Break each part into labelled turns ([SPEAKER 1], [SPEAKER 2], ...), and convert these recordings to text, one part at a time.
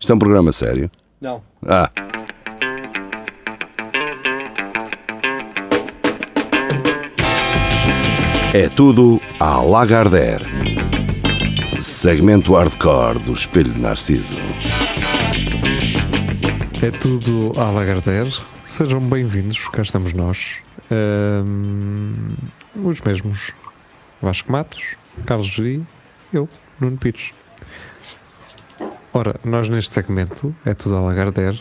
[SPEAKER 1] Isto é um programa sério.
[SPEAKER 2] Não.
[SPEAKER 1] Ah, é tudo à Lagardère. Segmento hardcore do Espelho de Narciso.
[SPEAKER 3] É tudo à Lagardère. Sejam bem-vindos, cá estamos nós. Ahm, os mesmos. Vasco Matos, Carlos G, eu, Nuno Pires. Ora, nós neste segmento, é tudo à Lagardère,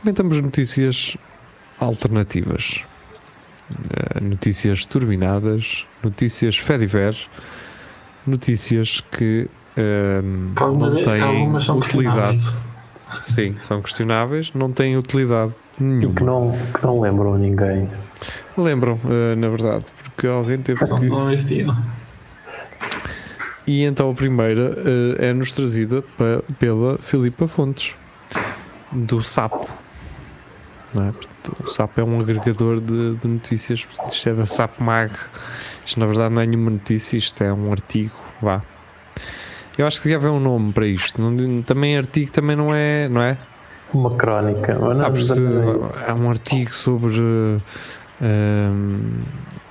[SPEAKER 3] comentamos notícias alternativas. Ah, notícias turbinadas, notícias fediver, notícias que ahm,
[SPEAKER 4] Que alguma
[SPEAKER 3] não
[SPEAKER 4] vez- que
[SPEAKER 3] têm
[SPEAKER 4] algumas são
[SPEAKER 3] utilidade.
[SPEAKER 4] questionáveis.
[SPEAKER 3] Sim, são questionáveis, não têm utilidade
[SPEAKER 5] E
[SPEAKER 3] nenhuma.
[SPEAKER 5] que não, que não lembram a ninguém.
[SPEAKER 3] Lembram, eh, na verdade, porque alguém teve
[SPEAKER 4] Não,
[SPEAKER 3] que.
[SPEAKER 4] não existiam.
[SPEAKER 3] E então a primeira eh, é-nos trazida pa- pela Filipa Fontes, do Sapo. Não é? Portanto, O Sapo é um agregador de, de notícias, portanto, isto é da Sapo Mag. Isto na verdade não é nenhuma notícia, isto é um artigo, vá. Eu acho que devia haver um nome para isto. Não- também artigo também não é, não é?
[SPEAKER 5] Uma crónica. Mas não,
[SPEAKER 3] Há, por se-
[SPEAKER 5] não é isso.
[SPEAKER 3] há um artigo sobre ehm,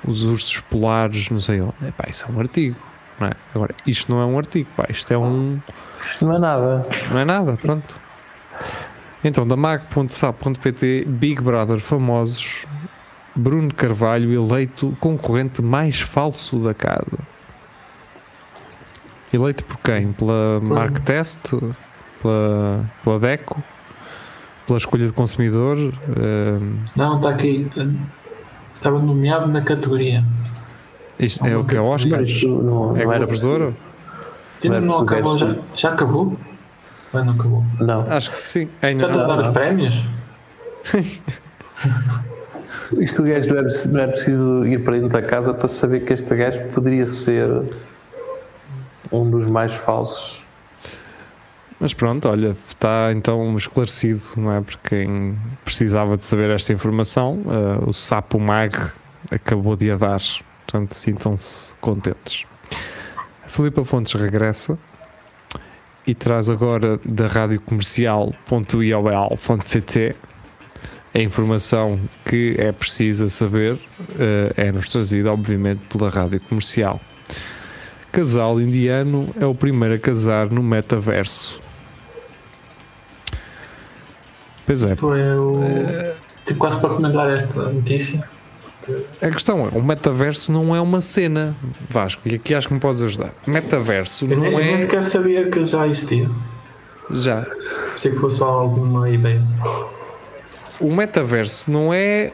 [SPEAKER 3] os ursos polares, não sei onde. Epá, isso é um artigo. Não é? Agora, isto não é um artigo, pá, isto é um.
[SPEAKER 5] Isto não é nada.
[SPEAKER 3] Não é nada, pronto. Então, da mag.sap.pt, Big Brother famosos, Bruno Carvalho eleito concorrente mais falso da casa. Eleito por quem? Pela
[SPEAKER 5] um.
[SPEAKER 3] Mark Test? Pela, pela Deco? Pela escolha de consumidor? Ehm,
[SPEAKER 4] Não, está aqui. Estava nomeado na categoria.
[SPEAKER 3] Isto é o que é Oscar?
[SPEAKER 5] Isto não,
[SPEAKER 3] É
[SPEAKER 5] tipo não era
[SPEAKER 3] vencedora?
[SPEAKER 4] Ainda um não
[SPEAKER 5] Mas
[SPEAKER 4] acabou,
[SPEAKER 5] o
[SPEAKER 4] já,
[SPEAKER 5] resto-
[SPEAKER 4] já acabou? Mas não acabou.
[SPEAKER 5] possível. Não.
[SPEAKER 3] Acho que sim. Ainda
[SPEAKER 4] Já
[SPEAKER 5] Então,
[SPEAKER 4] está a
[SPEAKER 3] não. É.
[SPEAKER 4] dar os prémios?
[SPEAKER 5] Isto o gajo não é, preciso- não é preciso ir para dentro da casa para saber que este gajo poderia ser um dos mais falsos.
[SPEAKER 3] Mas pronto, olha, está então esclarecido, não é? Porque quem precisava de saber esta informação, eh, o Sapo Mag acabou de a dar. Portanto, sintam-se contentes. A Filipa Fontes regressa e traz agora da rádio comercial.iobel.pt a informação que é precisa saber eh, é-nos trazida, obviamente, pela rádio comercial. Casal indiano é o primeiro a casar no metaverso. Pois é,
[SPEAKER 4] Isto é o. Tive quase para comentar esta notícia.
[SPEAKER 3] a questão é: o metaverso não é uma cena, Vasco, e aqui acho que me podes ajudar. Metaverso
[SPEAKER 4] Eu nem,
[SPEAKER 3] não
[SPEAKER 4] eu nem
[SPEAKER 3] é.
[SPEAKER 4] sequer sabia que já existia.
[SPEAKER 3] Já,
[SPEAKER 4] Pensei que fosse só alguma ideia.
[SPEAKER 3] o metaverso não é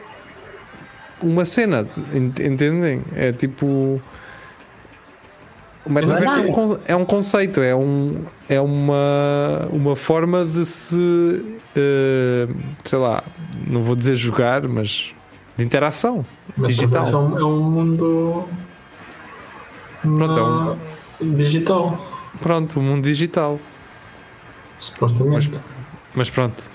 [SPEAKER 3] uma cena, ent- entendem? É tipo. O metaverso é um, con- é um conceito, é, um, é uma, uma forma de se. eh, sei lá, não vou dizer jogar, mas. de interação.
[SPEAKER 4] Mas
[SPEAKER 3] Digital.
[SPEAKER 4] também são- É um mundo.
[SPEAKER 3] Pronto, é um-
[SPEAKER 4] na- Digital,
[SPEAKER 3] Pronto, o mundo digital.
[SPEAKER 4] supostamente.
[SPEAKER 3] Mas pronto.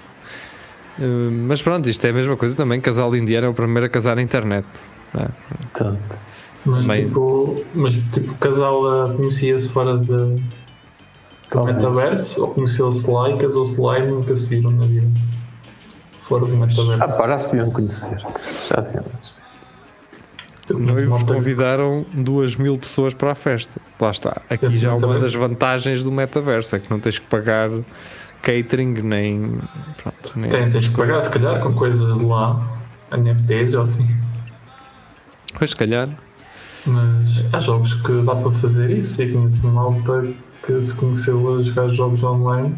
[SPEAKER 3] Eh, mas pronto, isto é a mesma coisa também. Casal indiano é o primeiro a casar na internet.
[SPEAKER 5] Portanto,
[SPEAKER 4] Mas
[SPEAKER 3] Bem.
[SPEAKER 4] tipo, mas tipo, o casal ah, conhecia-se fora de, do
[SPEAKER 5] Talvez.
[SPEAKER 4] metaverso ou conheceu-se lá e casou-se lá e nunca se viram na vida. Fora do metaverso.
[SPEAKER 5] ah, pá, já se deviam conhecer. Já deviam conhecer.
[SPEAKER 4] Eu conheço
[SPEAKER 3] Noivos
[SPEAKER 4] malta que-
[SPEAKER 3] convidaram duas mil pessoas para a festa. Lá está. Aqui
[SPEAKER 4] Dentro
[SPEAKER 3] já é
[SPEAKER 4] do
[SPEAKER 3] uma
[SPEAKER 4] metaverso.
[SPEAKER 3] das vantagens do metaverso é que não tens que pagar catering nem. Pronto, nem
[SPEAKER 4] Tem, tens que pagar, se calhar, com coisas de lá, NFTs ou assim.
[SPEAKER 3] Pois, se calhar.
[SPEAKER 4] Mas há jogos que dá para fazer isso e conheço malta que se conheceu a jogar jogos online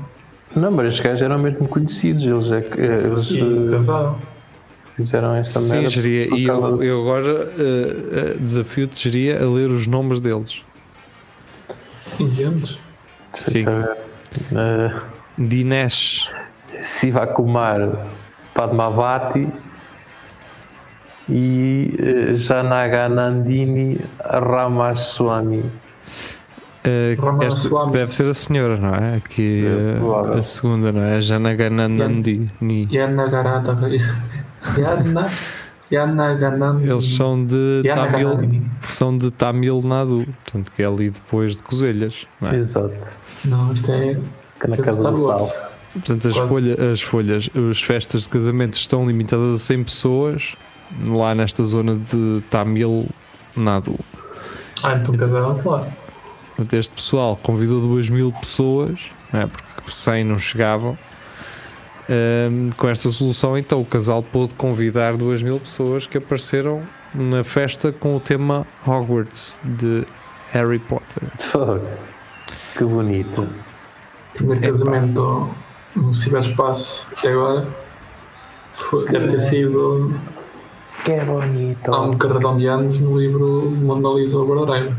[SPEAKER 5] Não, mas estes gajos eram mesmo conhecidos. Eles, é que- eles
[SPEAKER 4] e
[SPEAKER 5] eh,
[SPEAKER 4] casaram.
[SPEAKER 5] fizeram esta
[SPEAKER 3] Sim,
[SPEAKER 5] merda.
[SPEAKER 3] geria.
[SPEAKER 5] por
[SPEAKER 3] E
[SPEAKER 5] causa
[SPEAKER 3] eu,
[SPEAKER 5] do-
[SPEAKER 3] eu agora eh, eh, desafio-te, geria, a ler os nomes deles:
[SPEAKER 4] Indianos.
[SPEAKER 3] Sim.
[SPEAKER 5] Eh,
[SPEAKER 3] Dinesh,
[SPEAKER 5] Sivakumar Padmavati e eh, Janaganandini Ramaswamy.
[SPEAKER 3] Eh,
[SPEAKER 4] Ramaswamy.
[SPEAKER 3] esta deve ser a senhora, não é? Aqui
[SPEAKER 5] É,
[SPEAKER 3] eh,
[SPEAKER 5] provável.
[SPEAKER 3] a segunda, não é? Janagananandi.
[SPEAKER 4] Yanagarata. Yana. Yanaganan.
[SPEAKER 3] Eles são de Tamil,
[SPEAKER 4] Yanaganan.
[SPEAKER 3] são de Tamil Nadu, portanto que é ali depois de Cozelhas. não é?
[SPEAKER 5] Exato.
[SPEAKER 4] Não, isto é.
[SPEAKER 5] Que na
[SPEAKER 4] isto é
[SPEAKER 5] casa
[SPEAKER 4] Star
[SPEAKER 5] do
[SPEAKER 4] Wars.
[SPEAKER 5] Sal.
[SPEAKER 3] Portanto, as,
[SPEAKER 4] Quase.
[SPEAKER 3] folha, as folhas, as festas de casamento estão limitadas a 100 pessoas lá nesta zona de Tamil Nadu.
[SPEAKER 4] Ah, então casaram-se lá.
[SPEAKER 3] Portanto, este pessoal convidou 2 mil pessoas, não é? porque 100 não chegavam. Ahm, com esta solução, então o casal pôde convidar 2 mil pessoas que apareceram na festa com o tema Hogwarts de Harry Potter.
[SPEAKER 5] Fogo. Que bonito.
[SPEAKER 4] Primeiro
[SPEAKER 3] Epá.
[SPEAKER 4] casamento ao- no Ciberespaço até agora foi, deve ter sido
[SPEAKER 5] Que é bonito.
[SPEAKER 4] há um carradão de anos no livro Mona Lisa Obreira.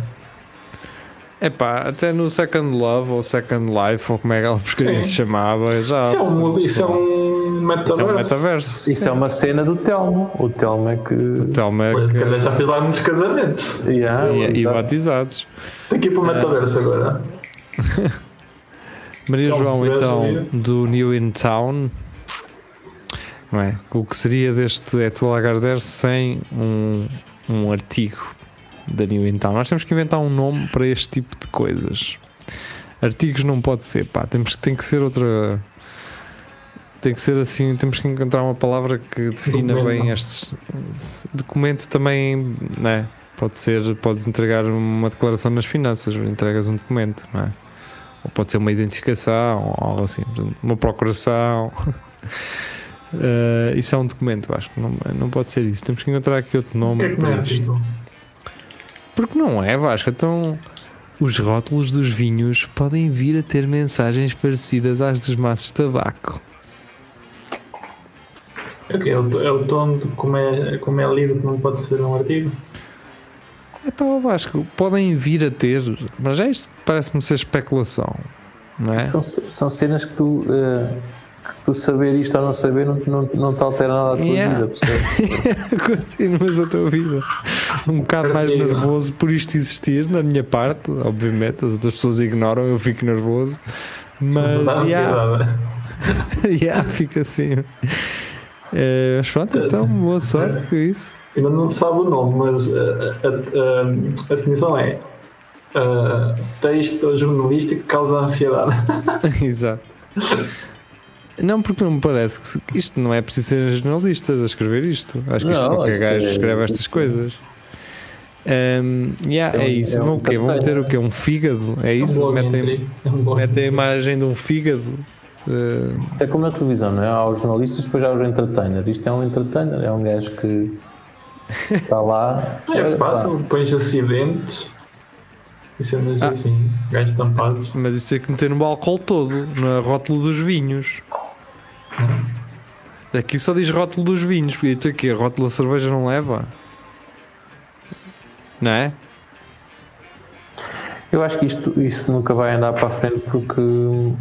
[SPEAKER 3] Epá, até no Second Love ou Second Life, ou como é que ela porcaria
[SPEAKER 4] Sim.
[SPEAKER 3] se chamava, já.
[SPEAKER 4] Isso é um, isso é um
[SPEAKER 3] Isso é um
[SPEAKER 4] metaverso.
[SPEAKER 3] metaverso.
[SPEAKER 5] Isso é uma cena do Telmo. O Telmo é
[SPEAKER 3] O
[SPEAKER 5] que.
[SPEAKER 3] Telmo é
[SPEAKER 4] Olha, se
[SPEAKER 3] que-
[SPEAKER 4] calhar já é, fiz lá muitos casamentos.
[SPEAKER 5] Yeah,
[SPEAKER 3] e, e
[SPEAKER 5] exato.
[SPEAKER 3] batizados.
[SPEAKER 4] Tem que ir para o metaverso agora.
[SPEAKER 3] Maria
[SPEAKER 4] Telmo,
[SPEAKER 3] João,
[SPEAKER 4] se tiveres
[SPEAKER 3] então,
[SPEAKER 4] a
[SPEAKER 3] do New in Town. Não é? O que seria deste Eto Lagardère sem um, um artigo da New in Town? Nós temos que inventar um nome para este tipo de coisas. Artigos não pode ser, pá. Temos, tem que ser outra. Tem que ser assim, temos que encontrar uma palavra que defina
[SPEAKER 4] Documento.
[SPEAKER 3] bem estes. Documento também, né? Pode ser, podes entregar uma declaração nas finanças, entregas um documento, não é? Ou pode ser uma identificação, ou algo assim, uma procuração. Eh, isso é um documento, acho que não, não pode ser isso. Temos que encontrar aqui outro
[SPEAKER 4] O
[SPEAKER 3] nome.
[SPEAKER 4] que é que não é
[SPEAKER 3] para isto.
[SPEAKER 4] título?
[SPEAKER 3] Porque não é, Vasco? Então, os rótulos dos vinhos podem vir a ter mensagens parecidas às dos maços de tabaco.
[SPEAKER 4] É o quê? É o, é o tom de como é, como é lido que não pode ser um artigo?
[SPEAKER 3] É para o Vasco, podem vir a ter, mas é isto parece-me ser especulação, não é?
[SPEAKER 5] São, são cenas que tu. eh, que tu saber isto ou não saber não, não, não te altera nada a tua
[SPEAKER 3] Yeah.
[SPEAKER 5] vida, percebes?
[SPEAKER 3] Continuas a tua vida. Um bocado mais
[SPEAKER 4] Perdido.
[SPEAKER 3] nervoso por isto existir, na minha parte, obviamente, as outras pessoas ignoram, eu fico nervoso, mas
[SPEAKER 4] Dá
[SPEAKER 3] yeah,
[SPEAKER 4] ansiedade.
[SPEAKER 3] yeah, fica assim. Eh, mas pronto,
[SPEAKER 5] Tá,
[SPEAKER 3] então, boa
[SPEAKER 5] É.
[SPEAKER 3] sorte com isso.
[SPEAKER 4] Ainda não se sabe o nome, mas eh, a, a- a definição é eh, texto jornalístico que causa ansiedade.
[SPEAKER 3] Exato. Não, porque não me parece que se- que isto não é preciso ser jornalistas a escrever isto. Acho que isto
[SPEAKER 5] Não,
[SPEAKER 3] qualquer
[SPEAKER 5] isto
[SPEAKER 3] gajo
[SPEAKER 5] é-
[SPEAKER 3] escreve estas coisas. Ahm, yeah, é,
[SPEAKER 5] É um-
[SPEAKER 3] isso.
[SPEAKER 5] é um
[SPEAKER 3] Vão o quê? Vão
[SPEAKER 5] cartaz.
[SPEAKER 3] meter o quê? Um fígado? É
[SPEAKER 4] É um
[SPEAKER 3] isso?
[SPEAKER 4] blog
[SPEAKER 3] Metem,
[SPEAKER 4] entry. É um blog
[SPEAKER 3] metem a
[SPEAKER 4] entry.
[SPEAKER 3] imagem de um fígado. Ah,
[SPEAKER 5] Isto é como na televisão, não é? Há os jornalistas, depois há os entertainers. Isto é um entertainer, é um gajo que está lá.
[SPEAKER 4] É
[SPEAKER 5] Olha, pá,
[SPEAKER 4] fácil, pões acidentes e cenas
[SPEAKER 3] Ah.
[SPEAKER 4] assim, gajos tampados.
[SPEAKER 3] mas isso tem que meter no álcool todo, no rótulo dos vinhos. Aqui só diz rótulo dos vinhos. E tu aqui, rótulo da cerveja não leva? Não é?
[SPEAKER 5] Eu acho que isto, isto nunca vai andar para a frente porque,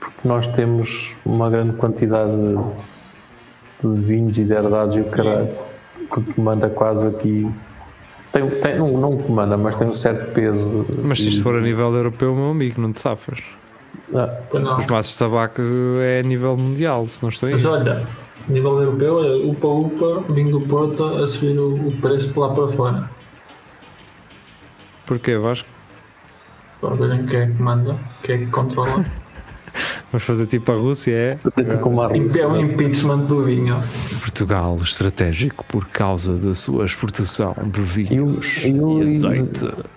[SPEAKER 5] porque nós temos uma grande quantidade de, de vinhos e de herdados e o caralho que comanda quase aqui. Tem, tem, não, não comanda, mas tem um certo peso.
[SPEAKER 3] Mas se isto
[SPEAKER 5] E-
[SPEAKER 3] for a nível europeu, meu amigo, não te safas.
[SPEAKER 5] Ah,
[SPEAKER 4] Pois não.
[SPEAKER 3] Os maços de tabaco é a nível mundial, se não estou aí.
[SPEAKER 4] Mas olha, nível europeu, olha, upa upa, vinho do Porto a subir o, o preço lá para fora.
[SPEAKER 3] Porquê, Vasco?
[SPEAKER 4] Para verem quem é que manda, quem é que controla.
[SPEAKER 3] Vamos fazer tipo a Rússia, é?
[SPEAKER 5] tem com uma
[SPEAKER 4] É um
[SPEAKER 5] Rússia.
[SPEAKER 4] impeachment do vinho.
[SPEAKER 3] Portugal estratégico por causa da sua exportação de
[SPEAKER 5] E o,
[SPEAKER 3] vinhos
[SPEAKER 5] e, um o,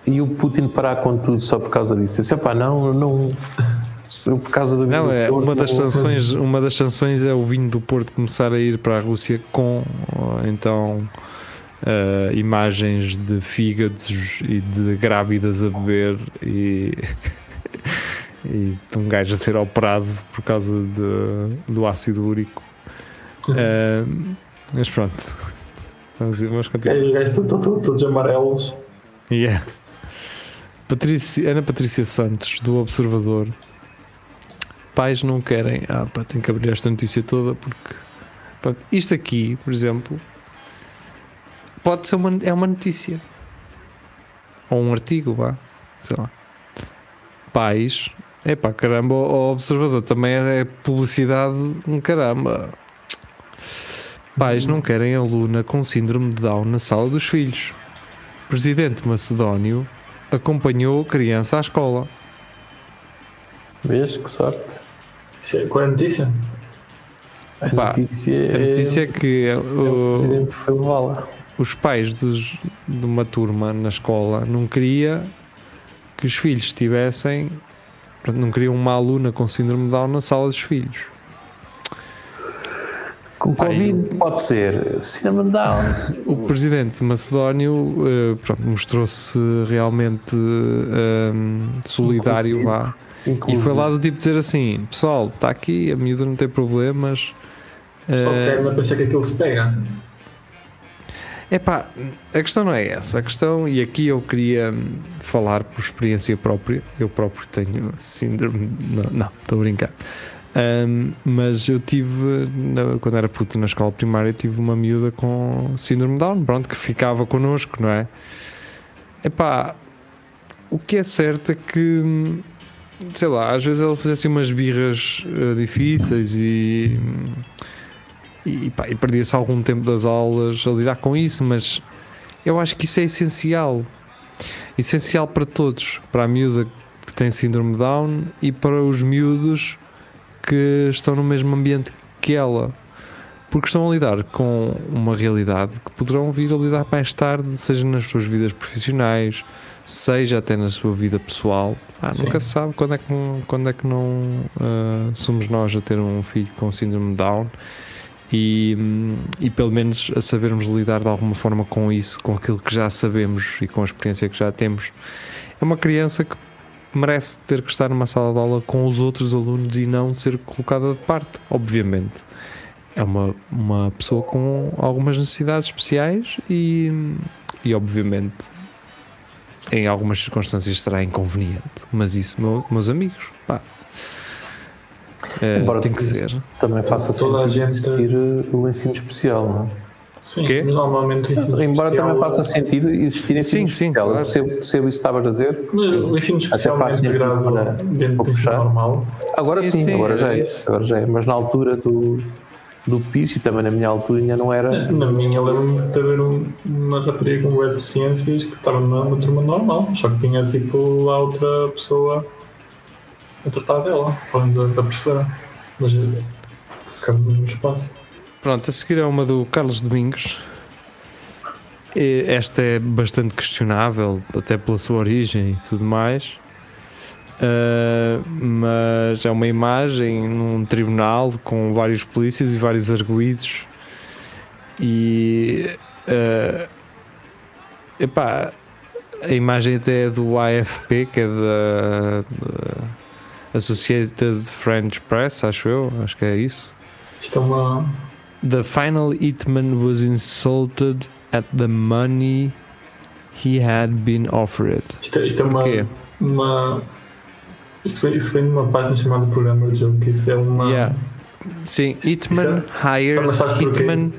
[SPEAKER 5] e o Putin parar com tudo só por causa disso. Disse, pá, não, não. Eu por causa do vinho
[SPEAKER 3] Não,
[SPEAKER 5] do
[SPEAKER 3] é,
[SPEAKER 5] Porto,
[SPEAKER 3] uma das
[SPEAKER 5] não-
[SPEAKER 3] sanções, uma das sanções é o vinho do Porto começar a ir para a Rússia com, oh, então, ah, imagens de fígados e de grávidas a beber e, e de um gajo a ser operado por causa de- do ácido úrico. Ah, mas pronto, vamos, vamos continuar.
[SPEAKER 4] Os gajos estão todos- todos amarelos.
[SPEAKER 3] Yeah. Patrícia, Ana Patrícia Santos, do Observador. Pais não querem. Ah, pá, tenho que abrir esta notícia toda porque. pronto, isto aqui, por exemplo, pode ser uma, é uma notícia. Ou um artigo, vá. Sei lá. Pais. Epá, caramba, o Observador também é, é publicidade, um caramba. Pais não querem aluna com síndrome de Down na sala dos filhos presidente macedónio acompanhou a criança à escola.
[SPEAKER 5] Vês que sorte.
[SPEAKER 4] Isso é, qual é a notícia?
[SPEAKER 5] A
[SPEAKER 3] Pá,
[SPEAKER 5] notícia,
[SPEAKER 3] A notícia é que
[SPEAKER 5] Eh, é o
[SPEAKER 3] o,
[SPEAKER 5] presidente foi levá-la.
[SPEAKER 3] os pais dos- de uma turma na escola não queria que os filhos tivessem, portanto, não queriam uma aluna com síndrome de Down na sala dos filhos.
[SPEAKER 5] Com
[SPEAKER 3] Pá,
[SPEAKER 5] Covid pode ser. Cinnamon Down.
[SPEAKER 3] O presidente macedónio eh, pronto, mostrou-se realmente eh, solidário
[SPEAKER 5] Inclusivo.
[SPEAKER 3] lá. E foi lá do tipo dizer assim: pessoal, está aqui, a miúda não tem problemas.
[SPEAKER 4] Só se
[SPEAKER 3] Eh,
[SPEAKER 4] quer pensar que aquilo se pega.
[SPEAKER 3] Epá, a questão não é essa. A questão, e aqui eu queria hum, falar por experiência própria. Eu próprio tenho síndrome. Não, não, estou a brincar. Hum, mas eu tive, na- quando era puto na escola primária, tive uma miúda com síndrome de Down, pronto, que ficava connosco, não é? Epá, o que é certo é que, hum, sei lá, às vezes ela fazia assim umas birras eh, difíceis e. hum, e, pá, e perdia-se algum tempo das aulas a lidar com isso, mas eu acho que isso é essencial. Essencial para todos, para a miúda que tem síndrome de Down e para os miúdos que estão no mesmo ambiente que ela. Porque estão a lidar com uma realidade que poderão vir a lidar mais tarde, seja nas suas vidas profissionais, seja até na sua vida pessoal. Ah,
[SPEAKER 4] Sim.
[SPEAKER 3] nunca se sabe quando é que, quando é que não ah, somos nós a ter um filho com síndrome de Down e, hum, e pelo menos a sabermos lidar de alguma forma com isso, com aquilo que já sabemos e com a experiência que já temos. É uma criança que merece ter que estar numa sala de aula com os outros alunos e não ser colocada de parte, obviamente. É uma, uma pessoa com algumas necessidades especiais e, hum, e obviamente em algumas circunstâncias será inconveniente, mas isso, meu- meus amigos, pá, eh,
[SPEAKER 5] Embora
[SPEAKER 3] tem que
[SPEAKER 5] tu-
[SPEAKER 3] ser.
[SPEAKER 5] Também faça
[SPEAKER 4] Toda
[SPEAKER 5] sentido
[SPEAKER 4] a gente-
[SPEAKER 5] existir eh, o ensino especial, não é?
[SPEAKER 4] Sim,
[SPEAKER 3] Quê?
[SPEAKER 4] mas normalmente o ensino
[SPEAKER 5] Embora
[SPEAKER 4] especial-
[SPEAKER 5] também faça sentido existir
[SPEAKER 3] Sim,
[SPEAKER 5] ensino
[SPEAKER 3] sim,
[SPEAKER 5] especial. Eu
[SPEAKER 3] claro.
[SPEAKER 5] percebo, percebo isso que estavas a dizer.
[SPEAKER 4] é- O ensino especial não é
[SPEAKER 5] faz sentido
[SPEAKER 4] integrado
[SPEAKER 5] para-
[SPEAKER 4] dentro do
[SPEAKER 5] para
[SPEAKER 4] ensino
[SPEAKER 5] puxar.
[SPEAKER 4] normal.
[SPEAKER 5] Agora
[SPEAKER 3] Sim,
[SPEAKER 5] sim,
[SPEAKER 3] sim,
[SPEAKER 5] agora,
[SPEAKER 3] era
[SPEAKER 5] já é,
[SPEAKER 3] isso.
[SPEAKER 5] agora já é. Mas na altura do, do PIS e também na minha altura ainda não era.
[SPEAKER 4] É, Na minha lembro-me de haver um- uma rapariga com web ciências que estava numa, numa turma normal, só que tinha tipo lá outra pessoa a tratar dela, além da, da professora. Mas eh, cabe no mesmo espaço.
[SPEAKER 3] Pronto, a seguir é uma do Carlos Domingos. E Esta é bastante questionável, até pela sua origem e tudo mais. Ah, mas é uma imagem num tribunal com vários polícias e vários arguídos. E. ah, epá, a imagem até é do AFP, que é da, da Associated French Press, acho eu, acho que é isso.
[SPEAKER 4] Isto é uma.
[SPEAKER 3] The final Eatman was insulted at the money he had been offered.
[SPEAKER 4] Isto, é- isto é uma.
[SPEAKER 3] Porquê?
[SPEAKER 4] uma isso vem, isso vem de uma página chamada Programa de Jogo, que isso é uma.
[SPEAKER 3] Yeah. Sim,
[SPEAKER 4] Isso-
[SPEAKER 3] Hitman
[SPEAKER 4] isso
[SPEAKER 3] hires
[SPEAKER 4] sabes porquê?
[SPEAKER 3] Hitman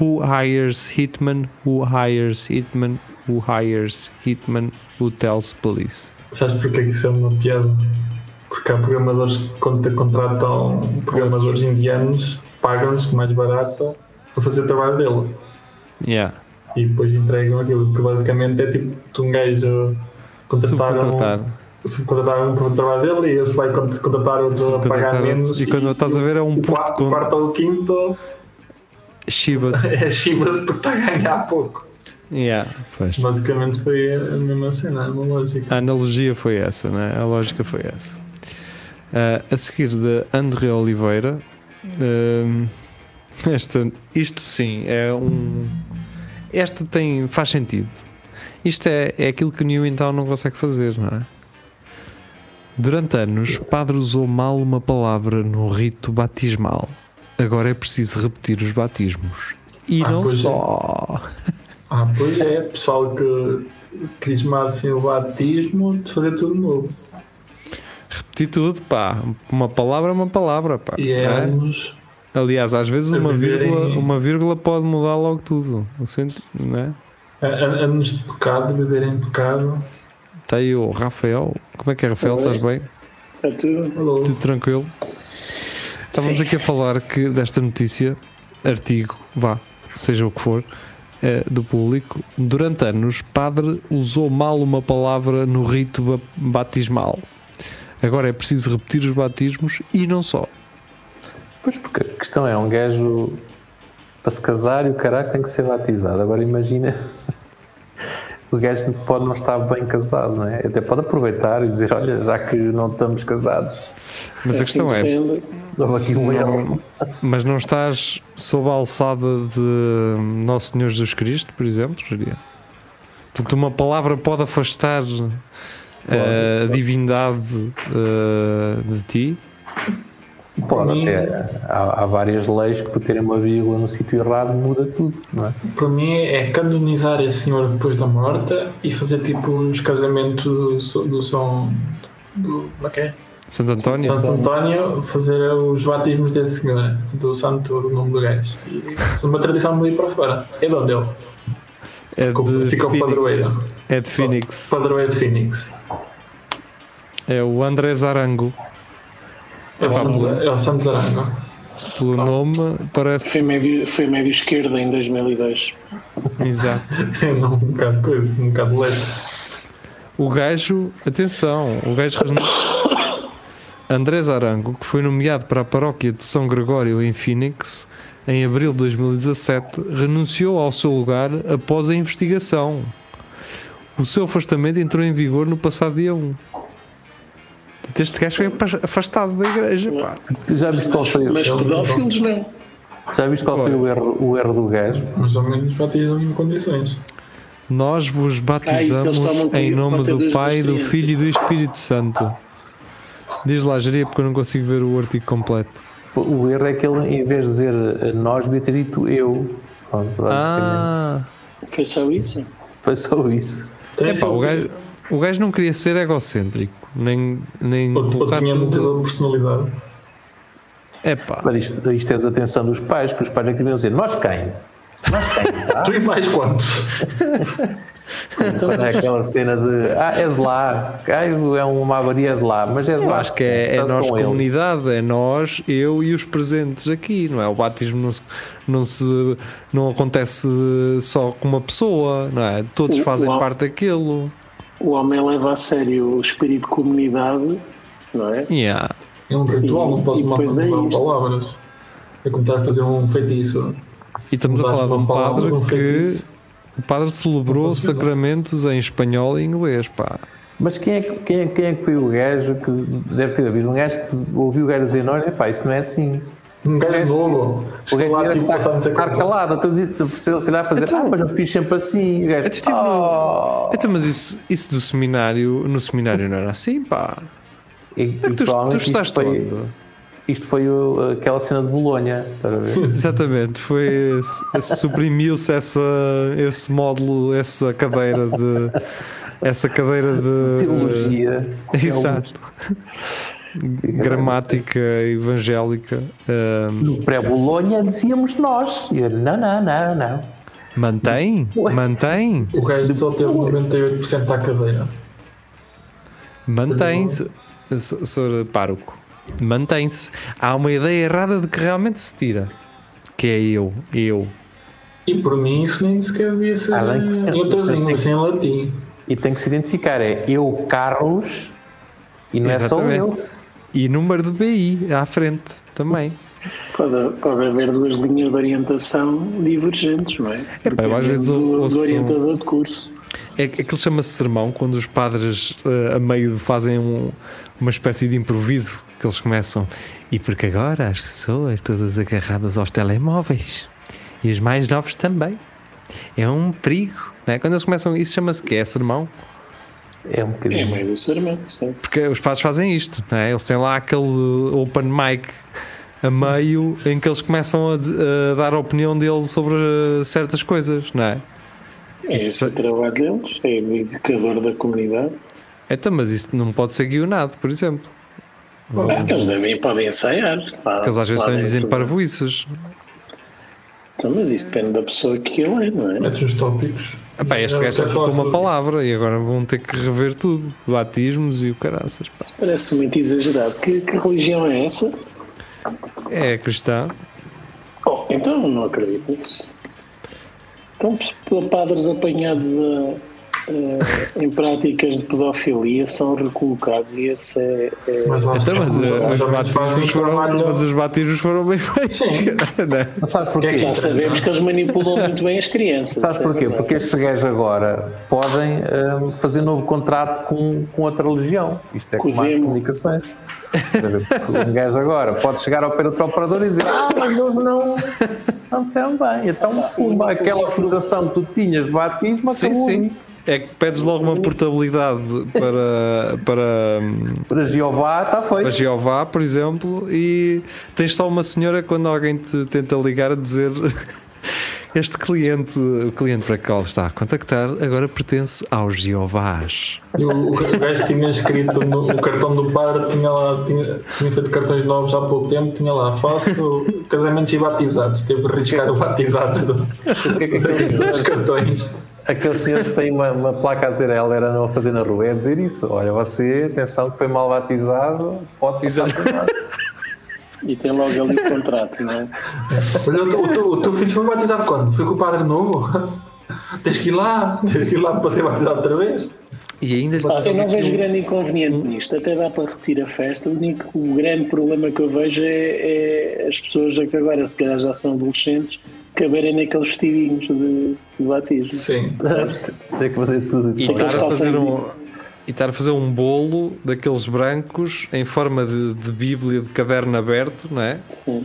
[SPEAKER 3] who hires Hitman who hires Hitman who hires Hitman who tells police.
[SPEAKER 4] Sabes porquê que isso é uma piada? Porque há programadores que contra- contratam programadores indianos, pagam-lhes mais barato para fazer o trabalho dele.
[SPEAKER 3] Yeah.
[SPEAKER 4] E depois entregam aquilo que basicamente é tipo de um gajo um,
[SPEAKER 3] Subcontratar.
[SPEAKER 4] contrataram subcontrataram para fazer o trabalho dele e esse vai cont- contratar outro a pagar
[SPEAKER 3] Subcontratar.
[SPEAKER 4] menos.
[SPEAKER 3] E quando estás a ver é um
[SPEAKER 4] o
[SPEAKER 3] puto
[SPEAKER 4] quarto,
[SPEAKER 3] com
[SPEAKER 4] quarto ou quinto
[SPEAKER 3] Shibas.
[SPEAKER 4] é chiva-se porque está a ganhar pouco.
[SPEAKER 3] Yeah, pois.
[SPEAKER 4] Basicamente foi a mesma cena, a mesma lógica.
[SPEAKER 3] A analogia foi essa, né? a lógica foi essa. Ah, a seguir de André Oliveira, ahm, esta, isto sim é um. Esta tem, faz sentido. Isto é, é aquilo que o New então não consegue fazer, não é? Durante anos, padre usou mal uma palavra no rito batismal. Agora é preciso repetir os batismos. E
[SPEAKER 4] Ah,
[SPEAKER 3] não
[SPEAKER 4] pois é.
[SPEAKER 3] só.
[SPEAKER 4] Ah, pois é, pessoal que crismar sem o batismo, de fazer tudo novo.
[SPEAKER 3] Repetir tudo, pá. Uma palavra é uma palavra, pá.
[SPEAKER 4] E é
[SPEAKER 3] não é?
[SPEAKER 4] anos.
[SPEAKER 3] Aliás, às vezes
[SPEAKER 4] A
[SPEAKER 3] uma
[SPEAKER 4] viver
[SPEAKER 3] vírgula,
[SPEAKER 4] em-
[SPEAKER 3] uma vírgula pode mudar logo tudo. O centro, né?
[SPEAKER 4] a- a- Anos de pecado, viver em pecado.
[SPEAKER 3] Está Tá aí o Rafael. Como é que é, Rafael?
[SPEAKER 2] Tudo
[SPEAKER 3] Estás bem?
[SPEAKER 2] Está tudo?
[SPEAKER 4] Alô.
[SPEAKER 3] Tudo tranquilo? Estávamos aqui a falar que desta notícia, artigo, vá, seja o que for, eh, do público. Durante anos, padre usou mal uma palavra no rito ba- batismal. Agora é preciso repetir os batismos e não só.
[SPEAKER 5] Pois porque a questão é, um gajo para se casar e o caralho tem que ser batizado. Agora imagina, o gajo pode não estar bem casado, não é? Até pode aproveitar e dizer, olha, já que não estamos casados,
[SPEAKER 3] Mas a questão é,
[SPEAKER 2] sendo,
[SPEAKER 5] dou aqui um
[SPEAKER 3] Não.
[SPEAKER 5] L.
[SPEAKER 3] mas não estás sob a alçada de Nosso Senhor Jesus Cristo, por exemplo, Jeria? Portanto, uma palavra pode afastar eh, a divindade eh, de ti.
[SPEAKER 5] Pode até. Há, há várias leis que por terem uma vírgula no sítio errado muda tudo, não é?
[SPEAKER 4] Para mim é canonizar esse senhor depois da morte e fazer tipo uns casamentos do, so- do São. Do, como é que é?
[SPEAKER 3] Santo António?
[SPEAKER 4] Santo António, fazer os batismos desse senhor, do santo, do nome do gajo. E isso é uma tradição muito para fora. É de onde ele?
[SPEAKER 3] É de
[SPEAKER 4] Fica o padroeiro.
[SPEAKER 3] Phoenix. É de Phoenix.
[SPEAKER 4] Padroeiro de Phoenix.
[SPEAKER 3] É o André Zarango.
[SPEAKER 4] É
[SPEAKER 3] Ah,
[SPEAKER 4] o Santo, é o santo Zarango.
[SPEAKER 3] Pelo nome
[SPEAKER 2] foi,
[SPEAKER 3] parece.
[SPEAKER 2] médio, foi médio esquerda em 2002.
[SPEAKER 3] Exato.
[SPEAKER 4] Sim, não, um bocado de coisa, um bocado de leite.
[SPEAKER 3] O gajo, atenção, o gajo rene- Andrés Arango, que foi nomeado para a paróquia de São Gregório em Phoenix em abril de 2017, renunciou ao seu lugar após a investigação. O seu afastamento entrou em vigor no passado dia 1. Portanto, Este gajo foi apa- afastado da igreja. pá.
[SPEAKER 5] Tu já viste qual foi,
[SPEAKER 2] Mas
[SPEAKER 5] o-
[SPEAKER 2] pedófilos não.
[SPEAKER 5] já viste qual foi o, erro, o erro do gajo?
[SPEAKER 4] Mas ao menos batizam em condições.
[SPEAKER 3] Nós vos
[SPEAKER 2] Ah, eles tomam
[SPEAKER 3] batizamos
[SPEAKER 2] com-
[SPEAKER 3] em nome
[SPEAKER 2] batem
[SPEAKER 3] do
[SPEAKER 2] duas
[SPEAKER 3] Pai, do
[SPEAKER 2] crianças.
[SPEAKER 3] Filho e do Espírito Santo. Diz lá, geria, porque eu não consigo ver o artigo completo.
[SPEAKER 5] O- O erro é que ele, em vez de dizer eh, nós, devia ter dito eu. Pronto, basicamente.
[SPEAKER 3] Ah!
[SPEAKER 2] Foi só isso?
[SPEAKER 5] Foi só isso.
[SPEAKER 4] Tem
[SPEAKER 3] Epá,
[SPEAKER 4] só-
[SPEAKER 3] o, gajo, o gajo não queria ser egocêntrico, nem, nem
[SPEAKER 4] Ou, ou
[SPEAKER 3] colocar
[SPEAKER 4] tinha
[SPEAKER 3] tudo.
[SPEAKER 4] muita personalidade.
[SPEAKER 3] Epá,
[SPEAKER 5] Para isto, isto é a atenção dos pais, que os pais é que deviam dizer nós quem?
[SPEAKER 3] Ah.
[SPEAKER 4] Tu e mais quantos?
[SPEAKER 3] Então
[SPEAKER 5] Quando é aquela cena de ah, é de lá, ah, é uma avaria de lá, mas é de
[SPEAKER 3] eu
[SPEAKER 5] lá.
[SPEAKER 3] acho que é, é
[SPEAKER 5] Só
[SPEAKER 3] nós
[SPEAKER 5] são eles.
[SPEAKER 3] comunidade, é nós, eu e os presentes aqui, não é? O batismo não se não, se, não acontece só com uma pessoa, não é? Todos
[SPEAKER 2] O-
[SPEAKER 3] fazem
[SPEAKER 2] o-
[SPEAKER 3] parte daquilo.
[SPEAKER 2] O homem leva a sério o espírito de comunidade, não é?
[SPEAKER 3] Yeah.
[SPEAKER 4] É um ritual, não posso
[SPEAKER 2] E depois
[SPEAKER 4] mandar
[SPEAKER 2] é
[SPEAKER 4] mandar
[SPEAKER 2] isto.
[SPEAKER 4] palavras. É como estar a fazer um feitiço.
[SPEAKER 3] E estamos a falar de um padre que o padre celebrou
[SPEAKER 4] consigo.
[SPEAKER 3] sacramentos em espanhol e inglês, pá.
[SPEAKER 5] Mas quem é, que- quem, é, quem é que foi o gajo que deve ter havido? Um gajo que ouviu o gajo dizer nós, epá, isso não é assim.
[SPEAKER 4] Um gajo
[SPEAKER 5] Parece-
[SPEAKER 4] novo.
[SPEAKER 5] O
[SPEAKER 4] Chegou
[SPEAKER 5] gajo
[SPEAKER 4] lá
[SPEAKER 5] tinha
[SPEAKER 4] tipo
[SPEAKER 5] que
[SPEAKER 4] passado não sei
[SPEAKER 5] estar, estar
[SPEAKER 4] quantos anos.
[SPEAKER 5] calado, então dizia, se ele calhar fazer, ah, mas eu fiz sempre assim. E O gajo,
[SPEAKER 3] Então, tipo,
[SPEAKER 5] "Oh."
[SPEAKER 3] Então, mas isso, isso do seminário, no seminário não era assim, pá.
[SPEAKER 5] E- e
[SPEAKER 3] Então Tu, tu
[SPEAKER 5] provavelmente
[SPEAKER 3] estás
[SPEAKER 5] isto foi,
[SPEAKER 3] todo.
[SPEAKER 5] isto foi o- aquela cena de Bolonha, estás a ver?
[SPEAKER 3] Exatamente, foi suprimiu-se essa esse módulo, essa cadeira de essa cadeira de
[SPEAKER 5] Teologia. é um
[SPEAKER 3] Exato. gramática evangélica. ehm, Ahm,
[SPEAKER 5] No pré-Bolonha dizíamos nós. E eu, não, não, não, não.
[SPEAKER 3] mantém? Mantém?
[SPEAKER 4] O gajo só teve 98% da cadeira.
[SPEAKER 3] Mantém-se, S- Sr. Pároco. Mantém-se. Há uma ideia errada de que realmente se tira. Que é eu, eu.
[SPEAKER 4] E por mim isso nem sequer devia ser
[SPEAKER 5] Ah, bem que sim.
[SPEAKER 4] em outras
[SPEAKER 5] Sim.
[SPEAKER 4] línguas, assim, em latim.
[SPEAKER 5] E tem que se identificar. É eu, Carlos, e não é só
[SPEAKER 3] Exatamente.
[SPEAKER 5] eu.
[SPEAKER 3] E número de BI à frente também.
[SPEAKER 2] Pode, pode haver duas linhas de orientação divergentes, não é?
[SPEAKER 3] Epá, eu às vezes
[SPEAKER 2] Dependendo do,
[SPEAKER 3] ouço- um-
[SPEAKER 2] do orientador de curso.
[SPEAKER 3] É que aquilo chama-se sermão, quando os padres eh, a meio fazem um- uma espécie de improviso que eles começam. E porque agora as pessoas todas agarradas aos telemóveis e os mais novos também. É um perigo. Não é? Quando eles começam, isso chama-se que é sermão,
[SPEAKER 5] É um
[SPEAKER 2] É
[SPEAKER 5] bocadinho.
[SPEAKER 2] meio do sermão, certo?
[SPEAKER 3] porque os padres fazem isto, não é? Eles têm lá aquele open mic a meio em que eles começam a, diz- a dar a opinião deles sobre eh, certas coisas, não é?
[SPEAKER 2] É esse
[SPEAKER 3] Isso-
[SPEAKER 2] o trabalho deles, é o educador da comunidade.
[SPEAKER 3] Então, mas isso não pode ser guionado, por exemplo.
[SPEAKER 2] Ah, eles devem, podem ensaiar. lá-
[SPEAKER 3] Porque eles às vezes
[SPEAKER 2] lá
[SPEAKER 3] também
[SPEAKER 2] dentro.
[SPEAKER 3] dizem parvoices.
[SPEAKER 2] Então, mas isso depende da pessoa que ele é, não é?
[SPEAKER 4] Metes os tópicos.
[SPEAKER 3] Epá, Ah, este
[SPEAKER 4] É Eu
[SPEAKER 3] gajo só
[SPEAKER 4] até
[SPEAKER 3] ficou
[SPEAKER 4] faço-
[SPEAKER 3] uma palavra e agora vão ter que rever tudo. Batismos e o caraças. pá.
[SPEAKER 2] Isso parece muito exagerado. Que, que religião é essa?
[SPEAKER 3] É cristã.
[SPEAKER 2] Oh, então não acredito nisso. Estão p- p- padres Então, apanhados a, eh, em práticas de pedofilia são recolocados e esse é, é
[SPEAKER 4] Mas lá
[SPEAKER 3] Então, mas,
[SPEAKER 4] os-
[SPEAKER 3] eh, os
[SPEAKER 4] os homens fazem
[SPEAKER 3] batismos foram,
[SPEAKER 4] trabalho-
[SPEAKER 3] mas os batismos foram bem feitos.
[SPEAKER 4] Sim.
[SPEAKER 3] cara, né?
[SPEAKER 5] Mas sabes porquê?
[SPEAKER 4] que é
[SPEAKER 2] Já sabemos que eles manipulam muito bem as crianças.
[SPEAKER 5] Sabes
[SPEAKER 2] é
[SPEAKER 5] porquê?
[SPEAKER 2] verdade.
[SPEAKER 5] Porque estes gajos agora podem hum, fazer novo contrato com, com outra religião. Isto é
[SPEAKER 2] Com
[SPEAKER 5] com mais
[SPEAKER 2] demo.
[SPEAKER 5] comunicações. Quer dizer, Um gajo agora pode chegar ao pé do outro operador e dizer: Ah, mas eles não, não disseram bem. Então, pumba, aquela autorização que tu tinhas de batismo
[SPEAKER 3] Sim,
[SPEAKER 5] acabou
[SPEAKER 3] sim.
[SPEAKER 5] ali.
[SPEAKER 3] É que pedes logo uma portabilidade para, para, hum,
[SPEAKER 5] Para Jeová está
[SPEAKER 3] para
[SPEAKER 5] feito.
[SPEAKER 3] Jeová, por exemplo, e tens só uma senhora quando alguém te tenta ligar a dizer este cliente, o cliente para qual está a contactar, agora pertence aos Jeovás.
[SPEAKER 4] E o, o gajo tinha escrito no o cartão do padre, tinha lá, tinha, tinha feito cartões novos há pouco tempo, tinha lá faço casamentos e batizados, teve de riscar o batizados do-
[SPEAKER 5] Porque é que
[SPEAKER 4] dos
[SPEAKER 5] aqueles senhores-
[SPEAKER 4] cartões.
[SPEAKER 5] Aqueles senhores que têm uma, uma placa a dizer a ela era não a fazer na rua, é dizer isso. Olha, você, atenção que foi mal batizado, pode passar por nós.
[SPEAKER 2] E tem logo ali o contrato, não é?
[SPEAKER 4] Olha, o, teu- o teu- o teu filho foi batizado quando? Foi com o padre novo? Tens que ir lá, tens que ir lá para ser batizado outra vez?
[SPEAKER 3] E ainda lhe
[SPEAKER 2] Eu
[SPEAKER 3] fazem
[SPEAKER 2] não
[SPEAKER 3] aquilo-
[SPEAKER 2] vejo grande inconveniente nisto, até dá para repetir a festa. O único o grande problema que eu vejo é, é as pessoas que agora, se calhar, já são adolescentes, caberem naqueles vestidinhos de, de batismo.
[SPEAKER 4] Sim.
[SPEAKER 5] Tem que fazer tudo.
[SPEAKER 3] E
[SPEAKER 5] tudo.
[SPEAKER 3] estar,
[SPEAKER 2] Aqueles
[SPEAKER 3] a fazer um,
[SPEAKER 2] calçõezinhos.
[SPEAKER 3] e estar a fazer um bolo daqueles brancos em forma de, de Bíblia, de caderno aberto, não é?
[SPEAKER 2] Sim.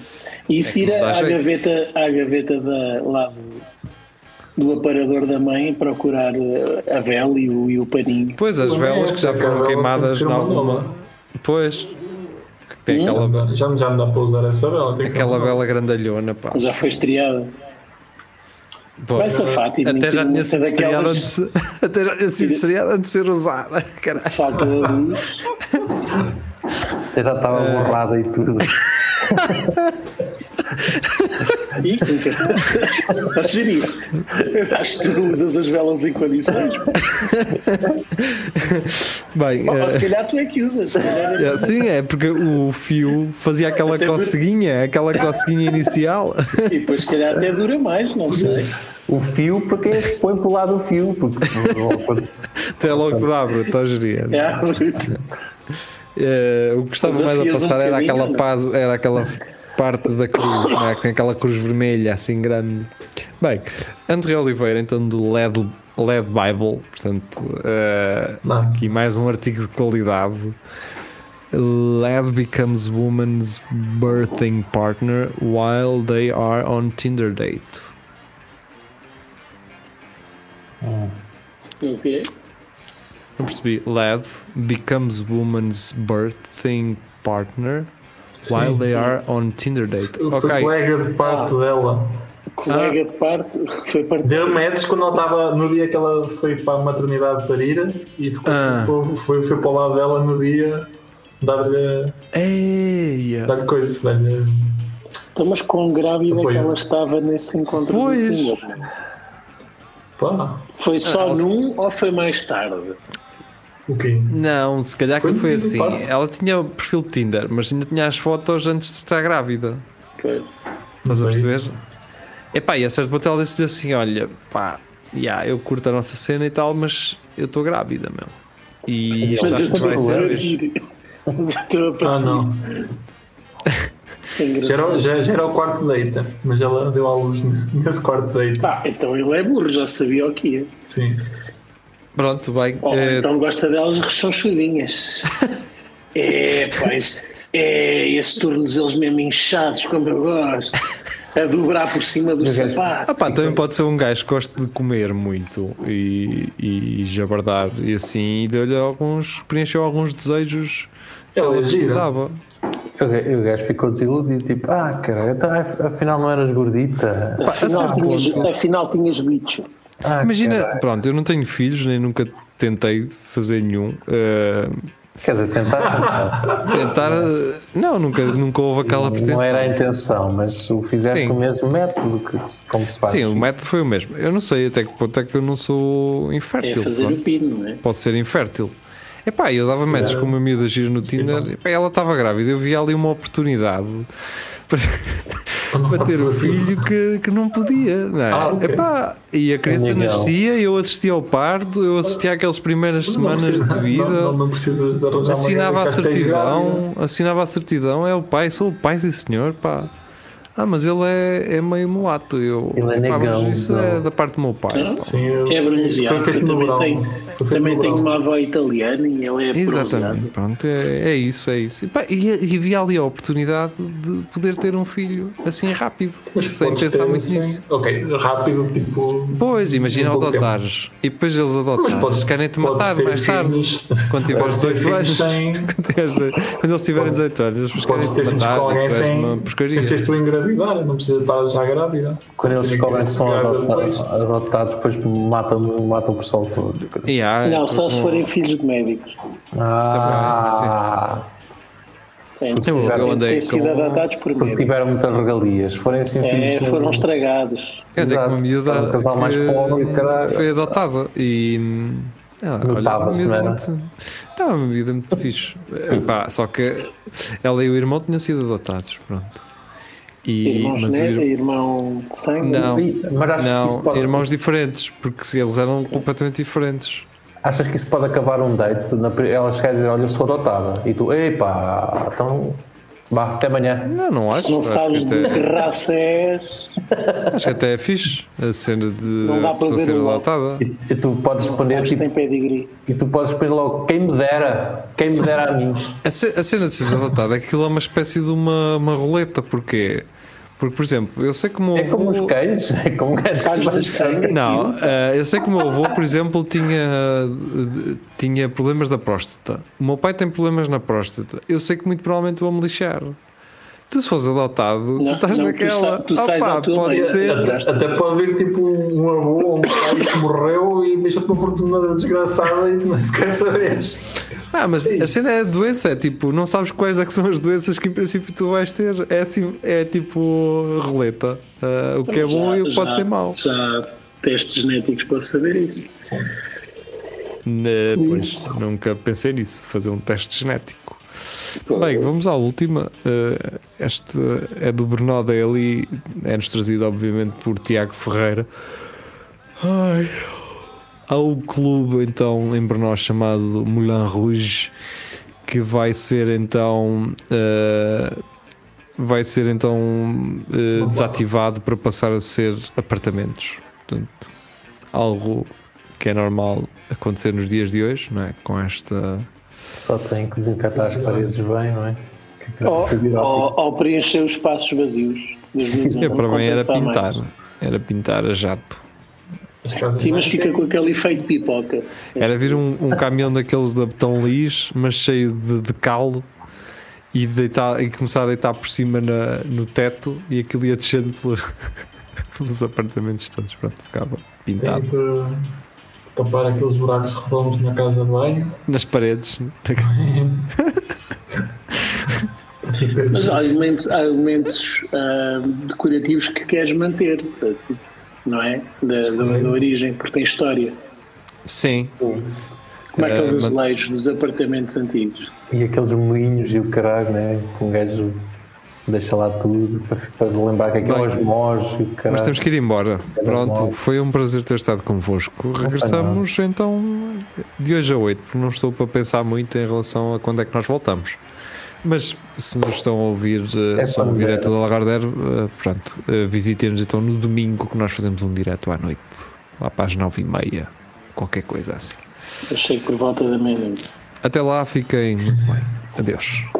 [SPEAKER 2] E isso
[SPEAKER 3] É que
[SPEAKER 2] ir
[SPEAKER 3] não dá
[SPEAKER 2] à
[SPEAKER 3] jeito.
[SPEAKER 2] gaveta, à gaveta da, lá do, do aparador da mãe procurar eh, a vela e o, e o paninho.
[SPEAKER 3] Pois, as velas que já
[SPEAKER 2] é
[SPEAKER 3] foram queimadas em alguma. Pois. Que tem
[SPEAKER 2] Hum?
[SPEAKER 3] aquela,
[SPEAKER 4] Já, já não dá para usar essa vela. tem que ser
[SPEAKER 3] aquela
[SPEAKER 4] uma nova.
[SPEAKER 3] bela grandalhona, pá.
[SPEAKER 2] Já foi estreado.
[SPEAKER 3] Bom,
[SPEAKER 2] Vai safar, tipo,
[SPEAKER 3] até já
[SPEAKER 2] tipo,
[SPEAKER 3] tinha
[SPEAKER 2] uma
[SPEAKER 3] sido estreada
[SPEAKER 2] daquelas-
[SPEAKER 3] antes, até já tinha sido estreada antes de ser usada. Cara,
[SPEAKER 2] Se faltou a luz.
[SPEAKER 5] Até já estava
[SPEAKER 3] eh,
[SPEAKER 5] borrada e tudo.
[SPEAKER 2] Ih, nunca. Gerir. Acho que tu não usas as velas em condições.
[SPEAKER 3] É. Bem,
[SPEAKER 2] Ou se
[SPEAKER 3] eh,
[SPEAKER 2] calhar tu é que usas. se calhar é-
[SPEAKER 3] é, sim, é porque o fio fazia aquela coceguinha, aquela coceguinha inicial.
[SPEAKER 2] tipo, E depois se calhar até dura mais, não sei.
[SPEAKER 5] O fio, porque é que põe para o lado o fio. Porque
[SPEAKER 3] Até logo de abro, está a gerir.
[SPEAKER 2] É, bruto.
[SPEAKER 3] Eh, o que estava
[SPEAKER 2] Mas
[SPEAKER 3] mais a
[SPEAKER 2] afias um
[SPEAKER 3] passar era
[SPEAKER 2] bocadinho,
[SPEAKER 3] aquela
[SPEAKER 2] não?
[SPEAKER 3] paz, era aquela parte da cruz, não é? que tem aquela cruz vermelha assim grande. Bem, André Oliveira, então do LED, LED Bible, portanto, eh,
[SPEAKER 4] Não.
[SPEAKER 3] aqui mais um artigo de qualidade. LED becomes woman's birthing partner while they are on Tinder date.
[SPEAKER 2] Ok.
[SPEAKER 3] Não percebi. LED becomes woman's birthing partner while they are on Tinder date.
[SPEAKER 4] Foi
[SPEAKER 3] Ok.
[SPEAKER 4] colega de parte dela.
[SPEAKER 2] Colega de parte, foi parte.
[SPEAKER 4] Deu metros quando ela estava no dia que ela foi para a maternidade parir e ficou,
[SPEAKER 3] Ah.
[SPEAKER 4] ficou- foi, foi para o lado dela no dia dar-lhe
[SPEAKER 3] Eia!
[SPEAKER 4] dar coisa, dar-lhe.
[SPEAKER 2] Então, mas quão grávida
[SPEAKER 4] Apoio.
[SPEAKER 2] que ela estava nesse encontro do
[SPEAKER 3] Pois.
[SPEAKER 2] Tinder, não é?
[SPEAKER 4] pá,
[SPEAKER 2] Foi só
[SPEAKER 3] Ah, ela-
[SPEAKER 2] num ou foi mais tarde?
[SPEAKER 4] o quê?
[SPEAKER 3] Não, se calhar que
[SPEAKER 4] Foi
[SPEAKER 3] foi
[SPEAKER 4] um
[SPEAKER 3] assim.
[SPEAKER 4] parto.
[SPEAKER 3] Ela tinha o perfil de Tinder, mas ainda tinha as fotos antes de estar grávida.
[SPEAKER 2] Pois.
[SPEAKER 3] Estás a
[SPEAKER 4] Não sei.
[SPEAKER 3] perceber? Epá, e a certo ponto ela disse assim: olha, pá, já, eu curto a nossa cena e tal, mas eu estou grávida, meu. E
[SPEAKER 2] Mas eu
[SPEAKER 3] acho que
[SPEAKER 2] estou
[SPEAKER 3] vai
[SPEAKER 2] a
[SPEAKER 3] ser hoje.
[SPEAKER 2] partir. Mas eu estou a
[SPEAKER 4] Ah, não.
[SPEAKER 2] partir. Sem
[SPEAKER 4] Já
[SPEAKER 2] graça.
[SPEAKER 4] era, já, já era o quarto deita, mas ela deu à luz nesse quarto deita.
[SPEAKER 2] Ah, então ele é burro, já sabia o que ia.
[SPEAKER 4] Sim.
[SPEAKER 3] Pronto, bem.
[SPEAKER 2] Oh,
[SPEAKER 4] É-
[SPEAKER 3] eh,
[SPEAKER 2] então gosta delas rechonchudinhas. é, pois. É, esses tornozelos mesmo inchados, como eu gosto. A dobrar por cima do
[SPEAKER 4] é-
[SPEAKER 3] Ah,
[SPEAKER 2] sapato.
[SPEAKER 3] pá, também pode ser um gajo que gosta de comer muito e, e jabardar e assim, e deu-lhe alguns, preencheu alguns desejos que
[SPEAKER 4] Ela
[SPEAKER 3] ela
[SPEAKER 4] é gira.
[SPEAKER 3] precisava.
[SPEAKER 5] o ga- o gajo ficou desiludido. Tipo, ah, caralho, então af- afinal não eras gordita.
[SPEAKER 4] Ah,
[SPEAKER 3] Pá, a
[SPEAKER 2] Afinal,
[SPEAKER 3] certo
[SPEAKER 2] tinhas,
[SPEAKER 3] ponto,
[SPEAKER 2] afinal tinhas É bicho.
[SPEAKER 5] Ah,
[SPEAKER 3] imagina,
[SPEAKER 5] caralho."
[SPEAKER 3] pronto, eu não tenho filhos, nem nunca tentei fazer nenhum. eh,
[SPEAKER 5] Quer dizer, tentar. tentar.
[SPEAKER 3] tentar. eh, Não, nunca, nunca houve aquela pretensão.
[SPEAKER 5] Não era a intenção, mas o fizeste
[SPEAKER 3] Sim.
[SPEAKER 5] o mesmo método que se- como se faz.
[SPEAKER 3] Sim, o método foi o mesmo. Eu não sei até que ponto é que eu não sou
[SPEAKER 2] É
[SPEAKER 3] infértil.
[SPEAKER 2] fazer
[SPEAKER 3] pronto.
[SPEAKER 2] o pino, não é?
[SPEAKER 3] Pode ser infértil. Epá, eu dava métodos com uma miúda gira no Tinder, epá, ela estava grávida, eu via ali uma oportunidade para, para ter o filho que, que não podia. Não é?
[SPEAKER 4] Ah, ok.
[SPEAKER 3] Epá, e a criança
[SPEAKER 5] Legal.
[SPEAKER 3] nascia, eu assistia ao parto, eu assistia àquelas primeiras semanas
[SPEAKER 4] precisa-
[SPEAKER 3] de vida.
[SPEAKER 4] Não, não, não precisas de arranjar
[SPEAKER 3] Assinava a
[SPEAKER 4] uma gaja que já esteja grávida.
[SPEAKER 3] certidão, assinava a certidão, é o pai, sou o pai, sim senhor, pá. Ah, mas ele é, é meio mulato. Eu,
[SPEAKER 5] Ele é
[SPEAKER 3] pá, mas
[SPEAKER 5] negão,
[SPEAKER 3] Isso
[SPEAKER 5] não.
[SPEAKER 3] é da parte do meu pai.
[SPEAKER 2] Não?
[SPEAKER 3] pá.
[SPEAKER 4] Sim, eu-
[SPEAKER 2] É bronzeado.
[SPEAKER 4] Foi feito
[SPEAKER 2] Eu
[SPEAKER 4] no
[SPEAKER 2] também
[SPEAKER 4] verão.
[SPEAKER 2] tenho-
[SPEAKER 4] Foi feito
[SPEAKER 2] Também
[SPEAKER 4] no
[SPEAKER 2] tenho
[SPEAKER 4] verão.
[SPEAKER 2] uma avó italiana e ela é
[SPEAKER 3] Exatamente,
[SPEAKER 2] bronzeada.
[SPEAKER 3] pronto, é, é isso, é isso. E, pá, e, e vi ali a oportunidade de poder ter um filho assim rápido,
[SPEAKER 4] Mas
[SPEAKER 3] sem
[SPEAKER 4] podes
[SPEAKER 3] pensar
[SPEAKER 4] ter,
[SPEAKER 3] muito
[SPEAKER 4] sim.
[SPEAKER 3] nisso.
[SPEAKER 4] Ok, rápido, tipo.
[SPEAKER 3] Pois, imagina
[SPEAKER 4] um pouco tempo.
[SPEAKER 3] adotares e depois eles
[SPEAKER 4] Mas
[SPEAKER 3] adotares,
[SPEAKER 4] podes,
[SPEAKER 3] querem-te
[SPEAKER 4] podes
[SPEAKER 3] matar
[SPEAKER 4] ter
[SPEAKER 3] mais tarde.
[SPEAKER 4] filhos-
[SPEAKER 3] Quando tiveres
[SPEAKER 4] podes ter
[SPEAKER 3] 18 anos,
[SPEAKER 4] filhos sem-
[SPEAKER 3] quando, tiveres 18 quando eles tiverem 18 anos, eles
[SPEAKER 4] Podes ter
[SPEAKER 3] querem-te
[SPEAKER 4] filhos com
[SPEAKER 3] matar,
[SPEAKER 4] alguém
[SPEAKER 3] tu és uma
[SPEAKER 4] sem, sem
[SPEAKER 3] porcaria.
[SPEAKER 4] seres tu a engravidar, não precisa estar já grávida.
[SPEAKER 5] Quando eles
[SPEAKER 4] Assim,
[SPEAKER 5] descobrem que são
[SPEAKER 4] grávida
[SPEAKER 5] adotados,
[SPEAKER 4] depois.
[SPEAKER 5] adotados depois matam, matam o pessoal todo.
[SPEAKER 3] E há-
[SPEAKER 2] Não, só se forem filhos de médicos.
[SPEAKER 5] Ah,
[SPEAKER 2] É,
[SPEAKER 3] Eu, Então, eu andei
[SPEAKER 2] Têm sido
[SPEAKER 3] com...
[SPEAKER 2] adotados por
[SPEAKER 5] porque
[SPEAKER 2] médicos.
[SPEAKER 5] tiveram muitas regalias. Se forem assim
[SPEAKER 2] É,
[SPEAKER 5] filhos.
[SPEAKER 2] foram estragados.
[SPEAKER 3] Eu andei com uma
[SPEAKER 5] Exato,
[SPEAKER 3] miúda
[SPEAKER 5] um casal mais
[SPEAKER 3] que
[SPEAKER 5] pobre, caralho.
[SPEAKER 3] foi adotada e... ah, olha,
[SPEAKER 5] Notava-se,
[SPEAKER 3] uma miúda
[SPEAKER 5] não era?
[SPEAKER 3] muito- Não, uma miúda muito fixe. Epá, só que ela e o irmão tinham sido adotados, pronto. E,
[SPEAKER 2] Irmãos
[SPEAKER 3] mas o
[SPEAKER 2] de neve,
[SPEAKER 3] ir-
[SPEAKER 2] irmão de sangue.
[SPEAKER 3] Não,
[SPEAKER 5] Ih, Mas achas, que isso
[SPEAKER 3] não,
[SPEAKER 5] pode,
[SPEAKER 3] irmãos diferentes, porque se eles eram completamente diferentes.
[SPEAKER 5] achas que isso pode acabar um date? Na, pri- ela chegar a dizer: Olha, eu sou adotada. E tu, epá, então. Vá, até amanhã.
[SPEAKER 3] Não, não acho.
[SPEAKER 2] Não
[SPEAKER 3] acho,
[SPEAKER 2] sabes
[SPEAKER 3] que é-
[SPEAKER 2] de que
[SPEAKER 3] até,
[SPEAKER 2] raça és.
[SPEAKER 3] acho que até é fixe a cena de
[SPEAKER 2] Não dá
[SPEAKER 3] a
[SPEAKER 2] para
[SPEAKER 3] pessoa
[SPEAKER 2] ver
[SPEAKER 3] ser
[SPEAKER 2] o lado.
[SPEAKER 3] adotada.
[SPEAKER 5] E, e tu podes responder
[SPEAKER 2] Sabes,
[SPEAKER 5] tipo,
[SPEAKER 2] tem pedigree.
[SPEAKER 5] e tu podes responder logo: Quem me dera, quem me dera a mim.
[SPEAKER 3] A, ce- a cena de ser adotada é que aquilo é uma espécie de uma, uma roleta, porquê? Porque, por exemplo, eu sei que o meu
[SPEAKER 5] É como os
[SPEAKER 3] avô-
[SPEAKER 5] cães, é como um gajo
[SPEAKER 2] Cães
[SPEAKER 5] que vai
[SPEAKER 2] de sangue.
[SPEAKER 3] Não, eh, eu sei que o meu avô, por exemplo, tinha, eh, tinha problemas da próstata. O meu pai tem problemas na próstata. Eu sei que muito provavelmente vou-me lixar. Tu, se fores adotado, tu
[SPEAKER 2] Não,
[SPEAKER 3] estás
[SPEAKER 2] não, tu
[SPEAKER 3] naquela.
[SPEAKER 2] sa- tu sais
[SPEAKER 3] Opa,
[SPEAKER 2] à tua
[SPEAKER 3] pode
[SPEAKER 2] mãe.
[SPEAKER 3] ser.
[SPEAKER 4] Até, até pode vir tipo um avô ou um pai que morreu e deixa-te uma fortuna desgraçada e tu nem sequer sabes.
[SPEAKER 3] Ah, mas a cena é a doença, é tipo, não sabes quais é que são as doenças que em princípio tu vais ter. É assim, é tipo roleta. Ah, o que é bom e o que pode
[SPEAKER 2] Já-
[SPEAKER 3] ser mau.
[SPEAKER 2] Já testes genéticos para saber isso.
[SPEAKER 3] Né, pois, nunca pensei nisso, fazer um teste genético. Bem, vamos à última. Ah, Esta é do Bernardo Eli, é-nos trazido, obviamente, por Tiago Ferreira. Ai. Há um clube, então, em Brno chamado Moulin Rouge, que vai ser, então. ah, vai ser, então, ah, desativado para passar a ser apartamentos. Portanto, algo que é normal acontecer nos dias de hoje, não é? Com esta.
[SPEAKER 5] Só tem que desinfetar as paredes bem, não
[SPEAKER 3] Oh.
[SPEAKER 5] é?
[SPEAKER 2] Ou, ou- ou preencher os espaços vazios. Deus me
[SPEAKER 3] Eu,
[SPEAKER 2] livre, não
[SPEAKER 3] É, para mim era
[SPEAKER 2] compensar
[SPEAKER 3] pintar.
[SPEAKER 2] mais.
[SPEAKER 3] Era pintar a jato.
[SPEAKER 2] Sim, mas fica com aquele efeito pipoca.
[SPEAKER 3] Era vir um, um caminhão daqueles da betão lis, mas cheio de, de calo e, deitar, e começar a deitar por cima na- no teto e aquilo ia descendo pelo- pelos apartamentos todos. Pronto, ficava
[SPEAKER 4] Tem
[SPEAKER 3] pintado.
[SPEAKER 4] que tapar aqueles buracos redondos na casa de banho.
[SPEAKER 3] Nas paredes.
[SPEAKER 2] Mas há elementos, há elementos ah, decorativos que queres manter, portanto, não é? Da, da- da origem, porque tem história.
[SPEAKER 3] Sim.
[SPEAKER 2] Como é aqueles
[SPEAKER 3] Eh, mas-
[SPEAKER 2] azulejos dos apartamentos antigos.
[SPEAKER 5] E aqueles moinhos e o caralho, né? Que um gajo deixa lá tudo para, para lembrar que aquilo
[SPEAKER 3] Bem,
[SPEAKER 5] é os mós e o caralho.
[SPEAKER 3] Mas temos que ir embora. Pronto,
[SPEAKER 5] mal.
[SPEAKER 3] foi um prazer ter estado convosco. Regressamos então de hoje a 8, porque não estou para pensar muito em relação a quando é que nós voltamos. Mas se nos estão a ouvir, eh,
[SPEAKER 5] É
[SPEAKER 3] se estão a
[SPEAKER 5] para
[SPEAKER 3] ouvir
[SPEAKER 5] ver.
[SPEAKER 3] é toda a Lagardère, eh, pronto, eh, visitem-nos então no domingo que nós fazemos um direto à noite, lá para as 9 e meia, qualquer coisa assim.
[SPEAKER 2] Achei que por volta da meia-noite.
[SPEAKER 3] Até lá, fiquem muito bem. Adeus.